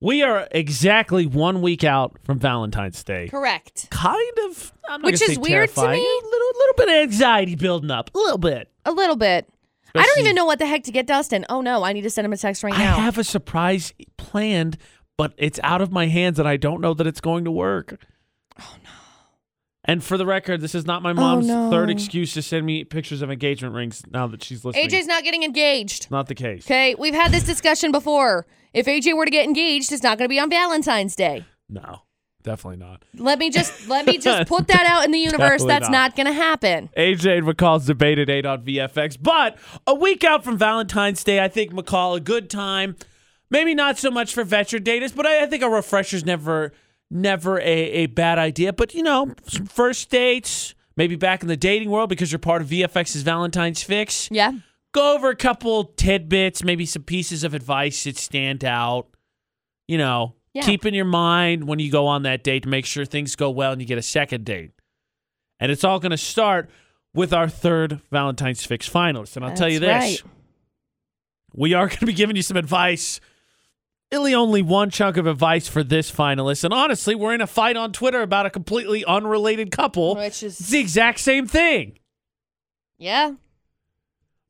We are exactly one week out from Valentine's Day. Correct. Kind of, I'm not Which gonna is say weird to terrifying. me. A little, little bit of anxiety building up, a little bit. A little bit. I don't Especially- even know what the heck to get Dustin. Oh no, I need to send him a text right I now. have a surprise planned, but it's out of my hands, and I don't know that it's going to work. Oh no! And for the record, this is not my mom's Oh, no. third excuse to send me pictures of engagement rings. Now that she's listening, AJ's not getting engaged. not the case. Okay, we've had this discussion before. If AJ were to get engaged, it's not going to be on Valentine's Day. No, definitely not. Let me just let me just put that out in the universe. Definitely That's not. not, going to happen. AJ and McCall's debate at 8 on VFX. But a week out from Valentine's Day, I think McCall a good time. Maybe not so much for veteran daters, but I, I think a refresher's never never a, a bad idea. But you know, some first dates, maybe back in the dating world because you're part of VFX's Valentine's Fix. Yeah. Go over a couple tidbits, maybe some pieces of advice that stand out. You know, Yeah. keep in your mind when you go on that date to make sure things go well and you get a second date. And it's all going to start with our third Valentine's Fix finalist. And I'll tell you this That's right. we are going to be giving you some advice. Really, only one chunk of advice for this finalist. And honestly, we're in a fight on Twitter about a completely unrelated couple. Which is- it's the exact same thing. Yeah.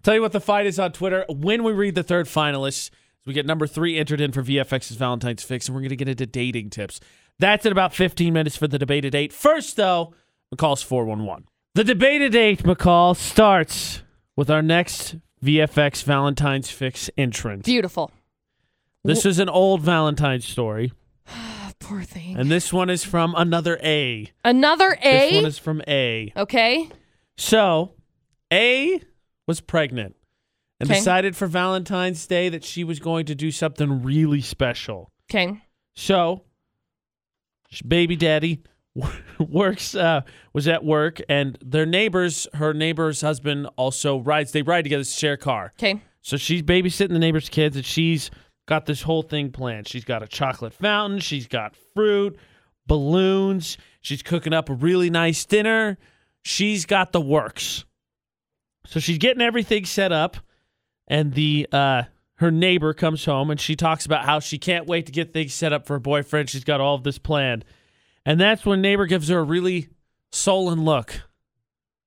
Tell you what the fight is on Twitter. When we read the third finalists, we get number three entered in for VFX's Valentine's Fix, and we're going to get into dating tips. That's in about 15 minutes for the debate at 8. First, though, McCall's 411. The debate at 8, McCall, starts with our next VFX Valentine's Fix entrant. Beautiful. This is an old Valentine's story, Oh, Poor thing. and this one is from another A. Another This A. one is from A. okay. So, A was pregnant and Okay. decided for Valentine's Day that she was going to do something really special. Okay. So, sh- baby daddy works uh, was at work, and their neighbors, her neighbor's husband, also rides. They ride together, share a car. Okay. So she's babysitting the neighbor's kids, and she's got this whole thing planned. She's got a chocolate fountain, she's got fruit, balloons, she's cooking up a really nice dinner. She's got the works. So she's getting everything set up, and the uh, her neighbor comes home and she talks about how she can't wait to get things set up for her boyfriend. She's got all of this planned, and that's when neighbor gives her a really sullen look.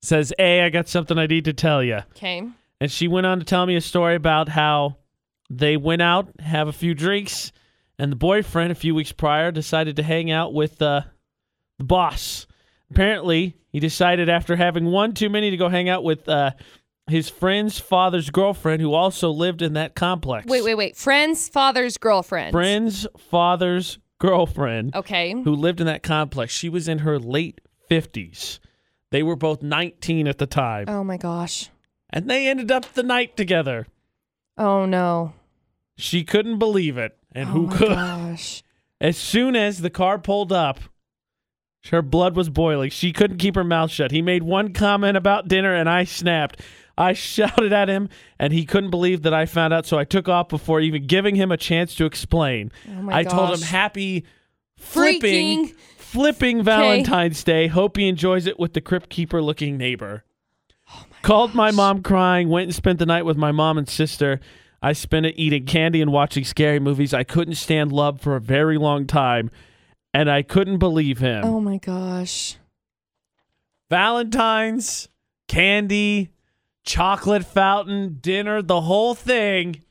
Says, "Hey, I got something I need to tell you." Okay. And she went on to tell me a story about how they went out, have a few drinks, and the boyfriend a few weeks prior decided to hang out with uh, the boss. Apparently, he decided after having one too many to go hang out with uh, his friend's father's girlfriend, who also lived in that complex. Wait, wait, wait. Friends, father's girlfriend. Friend's father's girlfriend, Okay. who lived in that complex. She was in her late 50s. They were both 19 at the time, Oh my gosh. and they ended up the night together. Oh no. She couldn't believe it, and oh who my could? gosh. As soon as the car pulled up, her blood was boiling. She couldn't keep her mouth shut. He made one comment about dinner, and I snapped. I shouted at him, and he couldn't believe that I found out, so I took off before even giving him a chance to explain. Oh my I told gosh. him, Happy flipping, Freaking- flipping Valentine's Day. Hope he enjoys it with the crypt keeper looking neighbor. Oh Called my mom crying, went and spent the night with my mom and sister. I spent it eating candy and watching scary movies. I couldn't stand love for a very long time, and I couldn't believe him. Oh my gosh. Valentine's, candy, chocolate fountain, dinner, the whole thing.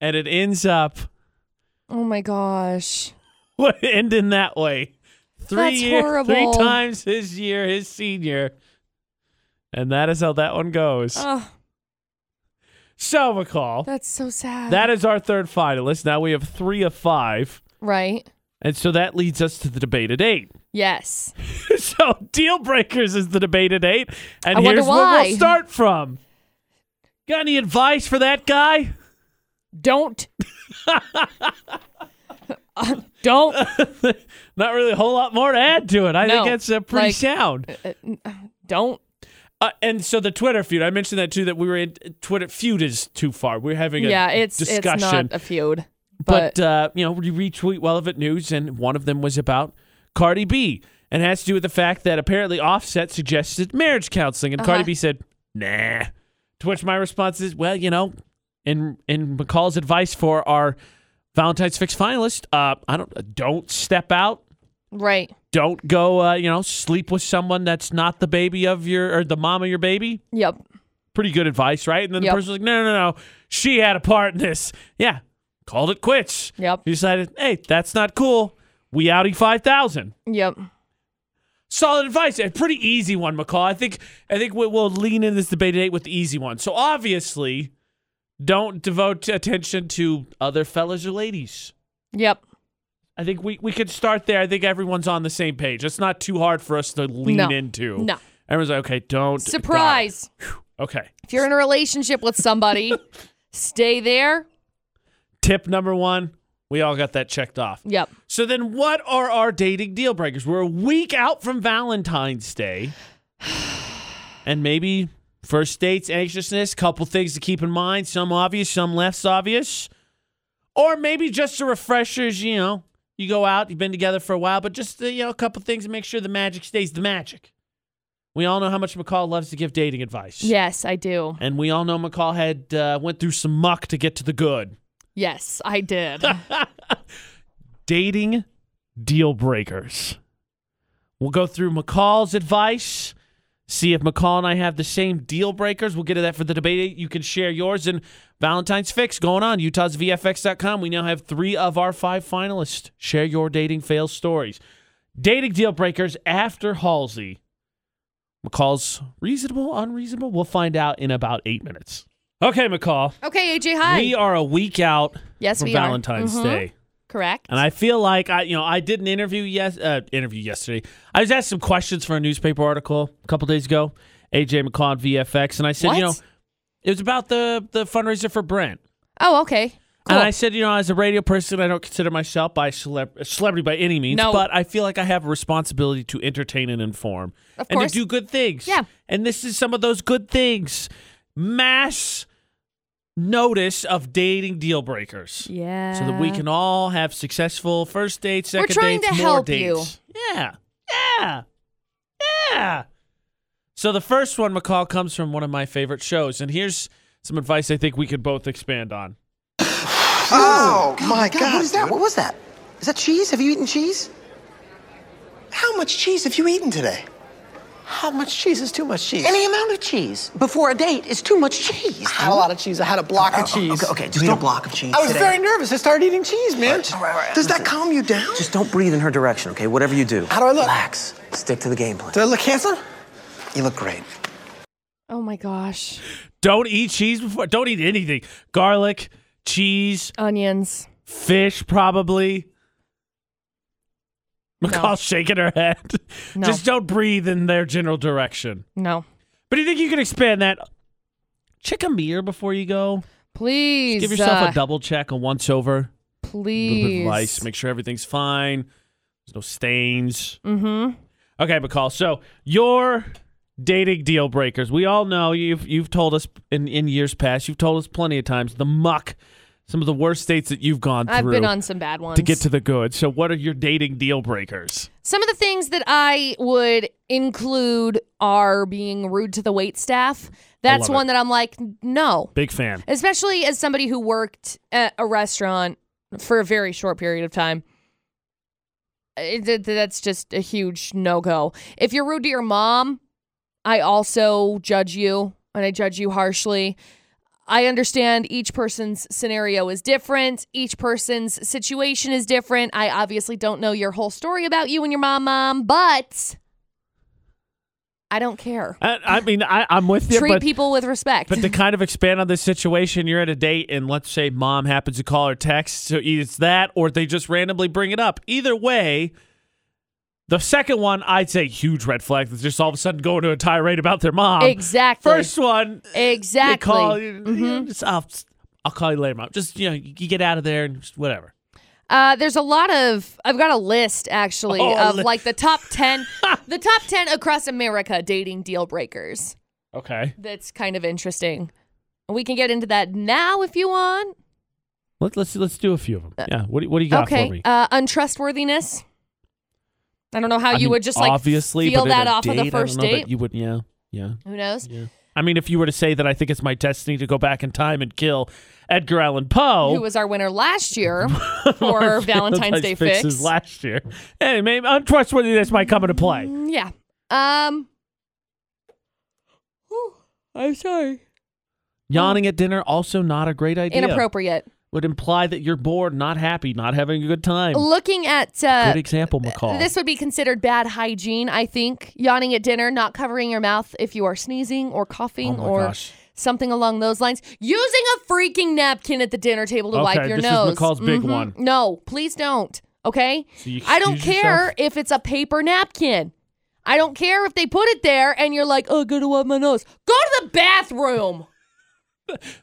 And it ends up Oh my gosh. would end in that way. Three That's year- horrible. three times his year, his senior. And that is how that one goes. Oh, so McCall, that's so sad. that is our third finalist. Now we have three of five. right. And so that leads us to the debate at eight. Yes. so deal breakers is the debate at eight. And I wonder here's where why. we'll start from. Got any advice for that guy? Don't. don't. Not really a whole lot more to add to it. I No, think that's uh, pretty like- sound. Don't. Uh, and so the Twitter feud, I mentioned that too, that we were in Twitter feud is too far. We're having a Yeah, it's discussion. it's not a feud. but But, uh, you know, you retweet relevant news, and one of them was about Cardi B. And it has to do with the fact that apparently Offset suggested marriage counseling, and Cardi Uh-huh. B said, nah. To which my response is, well, you know, in in McCall's advice for our Valentine's Fix finalist. Uh, I don't don't step out. Right. Don't go. Uh, you know, sleep with someone that's not the baby of your or the mom of your baby. Yep. Pretty good advice, right? And then Yep. the person's like, no, no, no, she had a part in this. Yeah, called it quits. Yep. He decided, hey, that's not cool. We outing five thousand. Yep. Solid advice. A pretty easy one, McCall. I think I think we- we'll lean in this debate today with the easy one. So obviously, don't devote attention to other fellas or ladies. Yep. I think we, we could start there. I think everyone's on the same page. It's not too hard for us to lean No. into. No. Everyone's like, okay, don't Surprise. die. Okay. If you're in a relationship with somebody, stay there. Tip number one, we all got that checked off. Yep. So then what are our dating deal breakers? We're a week out from Valentine's Day. And maybe first dates, anxiousness, couple things to keep in mind, some obvious, some less obvious. Or maybe just a refresher, is, you know, you go out, you've been together for a while, but just, uh, you know, a couple things to make sure the magic stays the magic. We all know how much McCall loves to give dating advice. Yes, I do. And we all know McCall had uh, went through some muck to get to the good. Yes, I did. dating deal breakers. We'll go through McCall's advice, see if McCall and I have the same deal breakers. We'll get to that for the debate. You can share yours and Valentine's Fix going on, Utah's VFX.com. We now have three of our five finalists. Share your dating fail stories. Dating deal breakers after Halsey. McCall's reasonable, unreasonable. We'll find out in about eight minutes. Okay, McCall. okay, AJ, hi. We are a week out Yes, from we are. Valentine's Mhm. Day. Correct. And I feel like I, you know, I did an interview yes, uh, interview yesterday. I was asked some questions for a newspaper article a couple days ago. AJ McCall on VFX, and I said, you know, What? it was about the the fundraiser for Brent. oh, okay. Cool. And I said, you know, as a radio person, I don't consider myself by celeb- a celebrity by any means, No. but I feel like I have a responsibility to entertain and inform Of and course. to do good things. Yeah. And this is some of those good things. Mass notice of dating deal breakers yeah. so that we can all have successful first dates, Uh, We're second trying dates, to more help you. dates. Yeah, yeah, yeah. So the first one, McCall, comes from one of my favorite shows, and here's some advice I think we could both expand on. Oh, my God. What is that? dude. What was that? Is that cheese? Have you eaten cheese? How much cheese have you eaten today? How much cheese is too much cheese? Any amount of cheese. before a date is too much cheese. Oh, I had a lot of cheese. I had a block of cheese. Okay, okay, just eat a block of cheese. I was today. very nervous. I started eating cheese, man. All right, all right, Does that listen. calm you down? Just don't breathe in her direction, okay? Whatever you do. How do I look? Relax. Stick to the game plan. Do I look handsome? You look great. oh my gosh. Don't eat cheese before. Don't eat anything. Garlic, cheese, Onions. fish, probably. No. McCall's shaking her head. No. Just don't breathe in their general direction. No. But do you think you can expand that? Check a mirror before you go. Please. Give yourself uh, a double check, a once over. A Please. little bit of lice. Make sure everything's fine. There's no stains. Mm-hmm. Okay, McCall. So your dating deal breakers. We all know you've you've told us in, in years past. You've told us plenty of times the muck, some of the worst dates that you've gone through I've been on some bad ones. to get to the good. So what are your dating deal breakers? some of the things that I would include are being rude to the wait staff. That's love it. one that I'm like, no. Big fan. especially as somebody who worked at a restaurant for a very short period of time. It- th- that's just a huge no go. If you're rude to your mom, I also judge you and I judge you harshly. I understand each person's scenario is different, each person's situation is different. I obviously don't know your whole story about you and your mom, mom, but I don't care. I, I mean, I, I'm with you, Treat but people with respect. But to kind of expand on this situation, you're at a date and let's say mom happens to call or text, so either it's that or they just randomly bring it up. Either way, the second one I'd say huge red flag that's just all of a sudden going to a tirade about their mom. exactly. First one Exactly. Mm-hmm. they call you, you know, just, I'll, I'll call you later, mom. Just you know, you get out of there and just whatever. Uh, there's a lot of I've got a list actually Oh, a of li- like the top ten, the top ten across America dating deal breakers. Okay. That's kind of interesting. We can get into that now if you want. Let, let's let's do a few of them. Yeah. What do, what do you got Uh, okay. for me? Uh, untrustworthiness. I don't know how I you mean, would just like obviously feel but at that a off of date, the first I don't know date. That you would, yeah, yeah. Who knows? I mean, if you were to say that I think it's my destiny to go back in time and kill Edgar Allan Poe, who was our winner last year for Valentine's Day fix. fixes last year. Hey, maybe untrustworthiness might come into play. yeah. Um. whew, I'm sorry. Yawning at dinner also not a great idea. Inappropriate. Would imply that you're bored, not happy, not having a good time. Looking at uh, Good example, McCall. This would be considered bad hygiene, I think. Yawning at dinner, not covering your mouth if you are sneezing or coughing Oh my or gosh. something along those lines. Using a freaking napkin at the dinner table to Okay, wipe your this is nose. McCall's big Mhm. one. No, please don't. Okay? So you I don't excuse care yourself? if it's a paper napkin. I don't care if they put it there and you're like, oh, gotta wipe my nose. Go to the bathroom.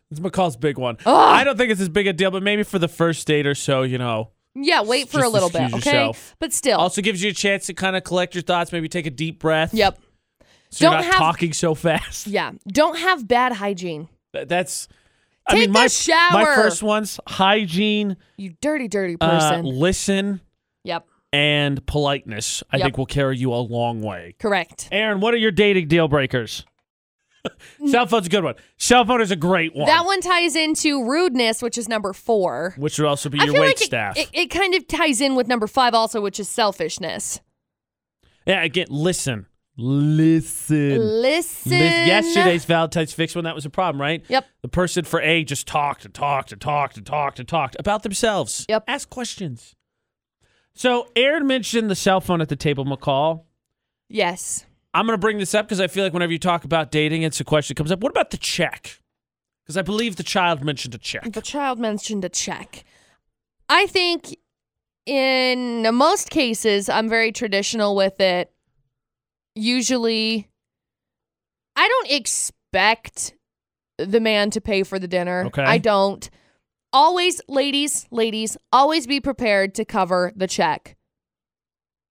It's McCall's big one. I don't think it's as big a deal, but maybe for the first date or so, you know. Yeah, wait for Just a little bit, excuse okay? yourself. But still. Also gives you a chance to kind of collect your thoughts, maybe take a deep breath. yep. So you're Don't not have- talking so fast. Yeah. Don't have bad hygiene. Th- That's. I Take mean, a my my shower. first ones: hygiene, You dirty, dirty uh, person. listen, yep. and politeness. I Yep. think will carry you a long way. Correct. Aaron, what are your dating deal breakers? Cell phone's a good one. Cell phone is a great one. That one ties into rudeness, which is number four. which would also be I your feel wait like it- staff. It, it kind of ties in with number five also, which is selfishness. yeah, again, listen, listen. Listen. This- yesterday's Valentine's Fix one, that was a problem, right? Yep. The person for A just talked and talked and talked and talked and talked about themselves. Yep. Ask questions. So Aaron mentioned the cell phone at the table, McCall. Yes. I'm going to bring this up because I feel like whenever you talk about dating, it's a question that comes up. What about the check? Because I believe the child mentioned a check. The child mentioned a check. I think in most cases, I'm very traditional with it. Usually, I don't expect the man to pay for the dinner. Okay. I don't. Always, ladies, ladies, always be prepared to cover the check.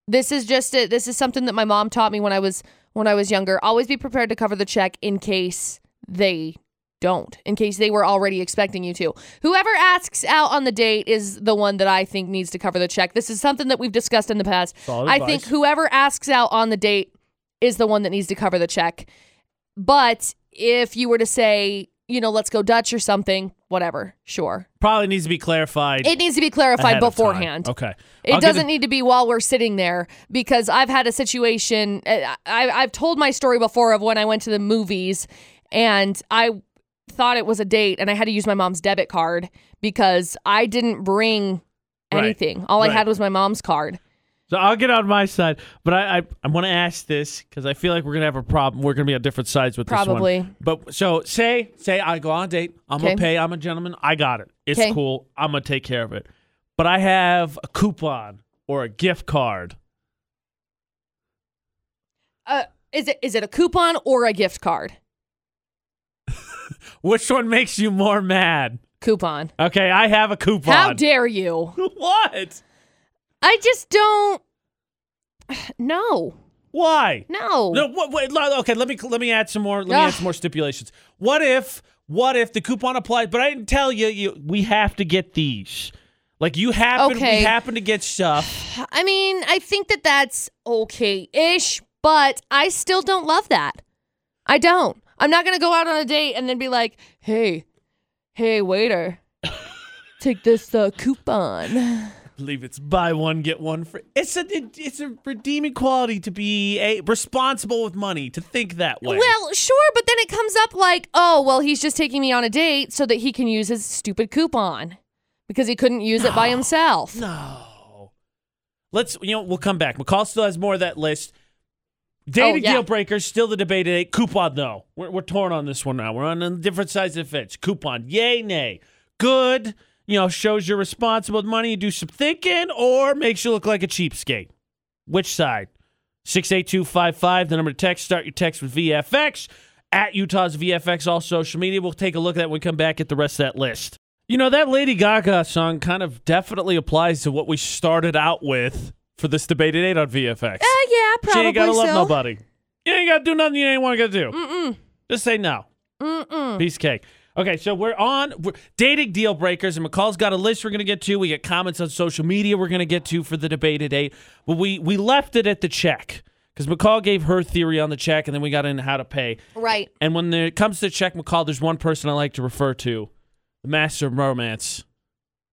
This is just a, this is something that my mom taught me when I was when I was younger. Always be prepared to cover the check in case they don't, in case they were already expecting you to. Whoever asks out on the date is the one that I think needs to cover the check. This is something that we've discussed in the past. Solid I think advice. whoever asks out on the date is the one that needs to cover the check. But if you were to say, you know, let's go Dutch or something, whatever, sure. Probably needs to be clarified. It needs to be ahead clarified of time. beforehand. Okay. It I'll get doesn't need to be while we're sitting there because I've had a situation. I, I, I've told my story before of when I went to the movies and I thought it was a date and I had to use my mom's debit card because I didn't bring Right. anything. All I Right. had was my mom's card. So I'll get on my side, but I I, I want to ask this because I feel like we're gonna have a problem. We're gonna be on different sides with this Probably. one. But so say say I go on a date. I'm Okay. gonna pay. I'm a gentleman. I got it. It's Okay. cool. I'm gonna take care of it. But I have a coupon or a gift card. Uh, is it is it a coupon or a gift card? Which one makes you more mad? Coupon. Okay, I have a coupon. How dare you? what? I just don't. No, Why? no. No, what, wait, lo- okay, let me let me add some more. Let me Ugh. add some more stipulations. What if what if the coupon applies? But I didn't tell you. You we have to get these. Like you happen Okay. we happen to get stuff. I mean, I think that that's okay ish, but I still don't love that. I don't. I'm not going to go out on a date and then be like, hey, hey, waiter, take this uh, coupon. I believe it's buy one get one free. It's a it- it's a redeeming quality to be a, responsible with money to think that way. Well, sure, but then it comes up like, oh, well, he's just taking me on a date so that he can use his stupid coupon because he couldn't use it by himself. Uh, no. Let's you know we'll come back. McCall still has more of that list. Dating yeah. deal breakers still the debate today. Coupon though, we're, we're torn on this one now. We're on a different sides of the fence. Coupon, yay nay, good. You know, shows you're responsible with money. You do some thinking, or makes you look like a cheapskate. Which side? Six eight two five five. The number to text. Start your text with VFX at Utah's VFX. All social media. We'll take a look at that when we come back at the rest of that list. You know, that Lady Gaga song kind of definitely applies to what we started out with for this debate at 8 on VFX. Uh, yeah, she probably ain't got to so. love nobody. You ain't got to do nothing you ain't want to do. Mm-mm. Just say no. Mm-mm. Piece of cake. Okay, so we're on we're, dating deal breakers, and McCall's got a list we're going to get to. We get comments on social media we're going to get to for the debate at 8. But we, we left it at the check because McCall gave her theory on the check, and then we got into how to pay. Right. And when it comes to check McCall, there's one person I like to refer to the master of romance,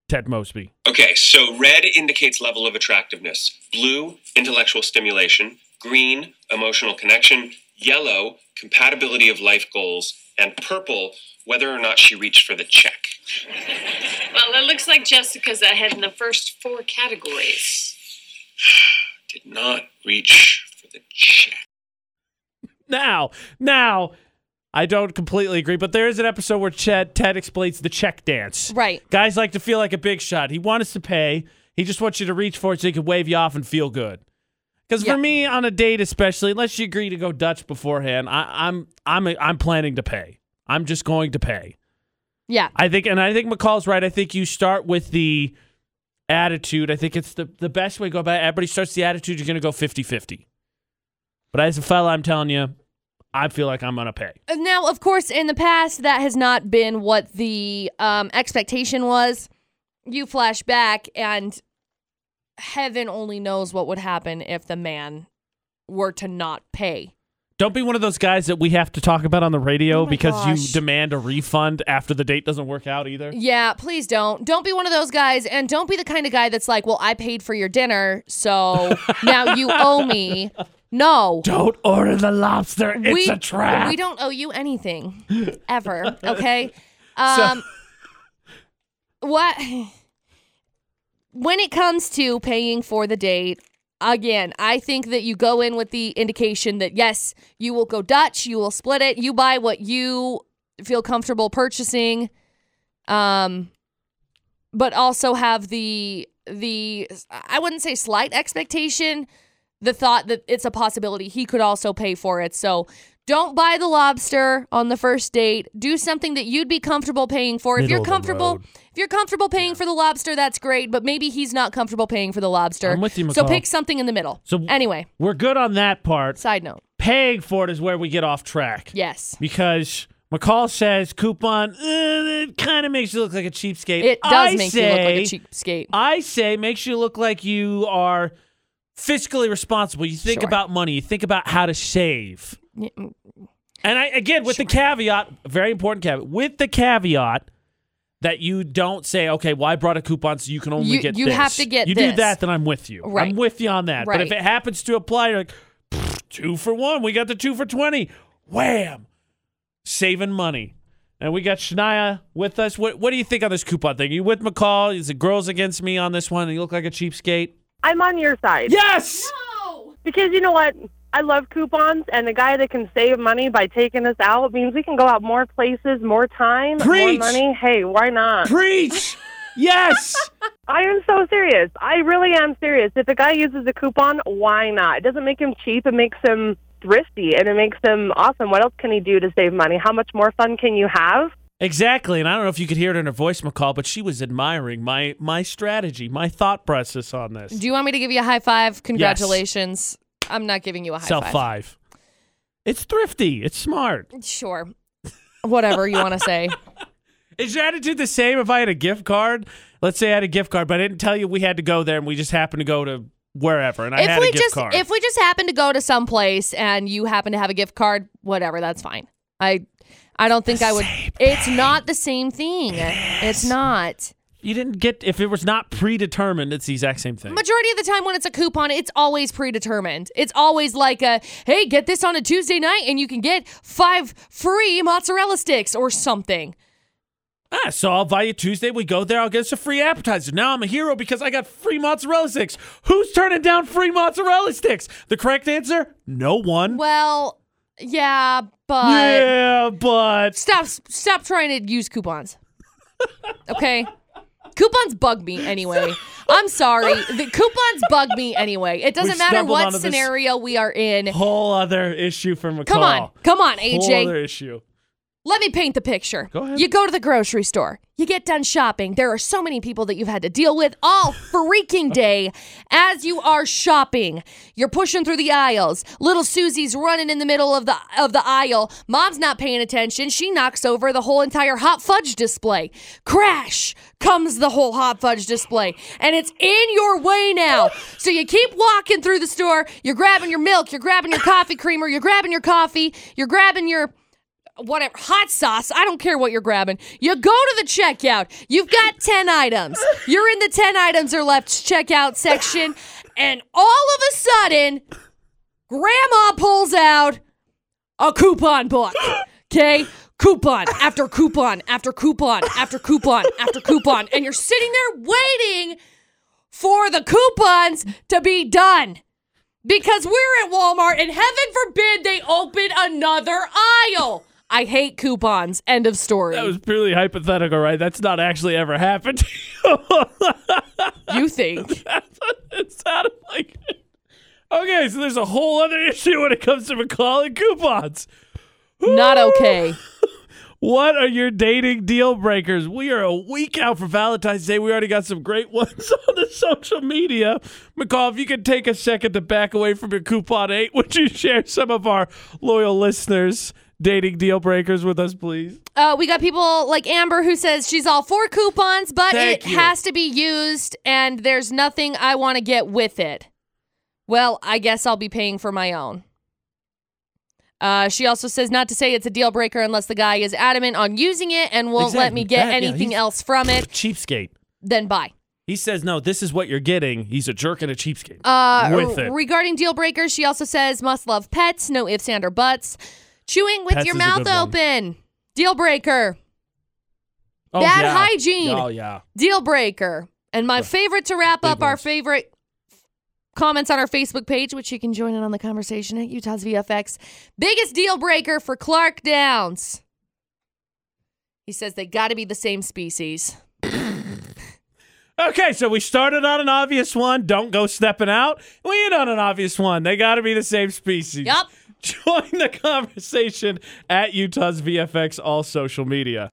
Ted Mosby. Okay, so red indicates level of attractiveness, blue, intellectual stimulation, green, emotional connection, yellow, compatibility of life goals, and purple, whether or not she reached for the check. Well, it looks like Jessica's ahead in the first four categories. Did not reach for the check. Now, now, I don't completely agree, but there is an episode where Chet, Ted explains the check dance. Right. Guys like to feel like a big shot. He wants us to pay. He just wants you to reach for it so he can wave you off and feel good. Because Yeah. for me, on a date especially, unless you agree to go Dutch beforehand, I, I'm I'm I'm planning to pay. I'm just going to pay. Yeah. I think, and I think McCall's right. I think you start with the attitude. I think it's the, the best way to go about it. Everybody starts the attitude, you're going to go 50 50. But as a fella, I'm telling you, I feel like I'm going to pay. Now, of course, in the past, that has not been what the um, expectation was. You flash back, and heaven only knows what would happen if the man were to not pay. Don't be one of those guys that we have to talk about on the radio Oh my because gosh. you demand a refund after the date doesn't work out either. Yeah, please don't. Don't be one of those guys, and don't be the kind of guy that's like, well, I paid for your dinner, so now you owe me. No. Don't order the lobster. It's we, a trap. We don't owe you anything ever, okay? So- Um what when it comes to paying for the date, again, I think that you go in with the indication that yes, you will go Dutch, you will split it, you buy what you feel comfortable purchasing. Um but also have the the I wouldn't say slight expectation, the thought that it's a possibility he could also pay for it. So don't buy the lobster on the first date. Do something that you'd be comfortable paying for. if Middle you're of the comfortable, road. if you're comfortable paying for the lobster, that's great. But maybe he's not comfortable paying for the lobster. I'm with you, So McCall. pick something in the middle. So- So anyway, We're good on that part. side note. Paying for it is where we get off track. Yes, because McCall says coupon uh, it kind of makes you look like a cheapskate. it does I make say, you look like a cheapskate. I say makes you look like you are fiscally responsible. You think Sure. about money. You think about how to save. Yeah, mm, And I again with the caveat, very important caveat, with the caveat that you don't say, okay, well, I brought a coupon so you can only You- get you this. have to get You do this. that, then I'm with you. I'm Right. with you on that. But if Right. it happens to apply, you're like, "Pfft, two for one. We got the two for 20. Wham! Saving money. And we got Shania with us. What, what do you think on this coupon thing? you with McCall? Is it girls against me on this one? You look like a cheapskate. I'm on your side. Yes! Because you know what? I love coupons, and the guy that can save money by taking us out means we can go out more places, more time, Preach! more money. Hey, why not? Preach! yes! I am so serious. I really am serious. If a guy uses a coupon, why not? It doesn't make him cheap. It makes him thrifty, and it makes him awesome. What else can he do to save money? How much more fun can you have? Exactly, and I don't know if you could hear it in her voice, McCall, but she was admiring my my strategy, my thought process on this. Do you want me to give you a high five? Congratulations. I'm not giving you a high Sell five. five. It's thrifty. It's smart. Sure. Whatever you want to say. Is your attitude the same if I had a gift card? Let's say I had a gift card, but I didn't tell you we had to go there, and we just happened to go to wherever, and I if had we a gift just card. if we just happen to go to some place and you happen to have a gift card, whatever, that's fine. I I don't think I would. It's not the same thing. It's not. you didn't get, if it was not predetermined, it's the exact same thing. Majority of the time when it's a coupon, it's always predetermined. It's always like a hey, get this on a Tuesday night and you can get five free mozzarella sticks or something. ah, so I'll buy you Tuesday. We go there. I'll get us a free appetizer. Now I'm a hero because I got free mozzarella sticks. Who's turning down free mozzarella sticks? The correct answer: no one. Well, yeah, but yeah, but stop stop trying to use coupons. Okay? coupons bug me anyway. I'm sorry. The coupons bug me anyway. It doesn't We matter stumbled what onto this- scenario we are in. whole other issue for McCall. Come on. Come on, Whole other AJ. issue. Let me paint the picture. Go ahead. You go to the grocery store. You get done shopping. There are so many people that you've had to deal with all freaking day as you are shopping. You're pushing through the aisles. Little Susie's running in the middle of the of the aisle. Mom's not paying attention. She knocks over the whole entire hot fudge display. Crash comes the whole hot fudge display. And it's in your way now. So you keep walking through the store. You're grabbing your milk, you're grabbing your coffee creamer, you're grabbing your coffee, you're grabbing your whatever, hot sauce, I don't care what you're grabbing. You go to the checkout. You've got 10 items. You're in the 10 items are left checkout section, and all of a sudden, grandma pulls out a coupon book. Okay? Coupon after coupon after coupon after coupon after coupon. And you're sitting there waiting for the coupons to be done. Because we're at Walmart and heaven forbid they open another aisle. I hate coupons. End of story. That was purely hypothetical, right? That's not actually ever happened. you think. That's what it sounded like. Okay, so there's a whole other issue when it comes to McCall and coupons. Not okay. What are your dating deal breakers? We are a week out for Valentine's Day. We already got some great ones on the social media. McCall, if you could take a second to back away from your coupon eight, would you share some of our loyal listeners' dating deal breakers with us, please? Uh, we got people like Amber who says she's all for coupons, but Thank it you. has to be used and there's nothing I want to get with it. Well, I guess I'll be paying for my own. Uh, she also says not to say it's a deal breaker unless the guy is adamant on using it and won't let me Exactly. get That- yeah, anything he's- else from it. Cheapskate. Then buy. He says, no, this is what you're getting. He's a jerk and a cheapskate. Uh, With it. Regarding deal breakers, she also says must love pets, no ifs, and, or buts. Chewing with Pets your is a mouth good one. open, deal breaker. oh, bad yeah. hygiene. Oh, yeah. deal breaker. And my favorite to wrap Big up our ones. favorite comments on our Facebook page, which you can join in on the conversation at Utah's VFX. Biggest deal breaker for Clark Downs. He says they got to be the same species. Okay, so we started on an obvious one. Don't go stepping out. We end on an obvious one. They got to be the same species. Yup. Join the conversation at Utah's VFX, all social media.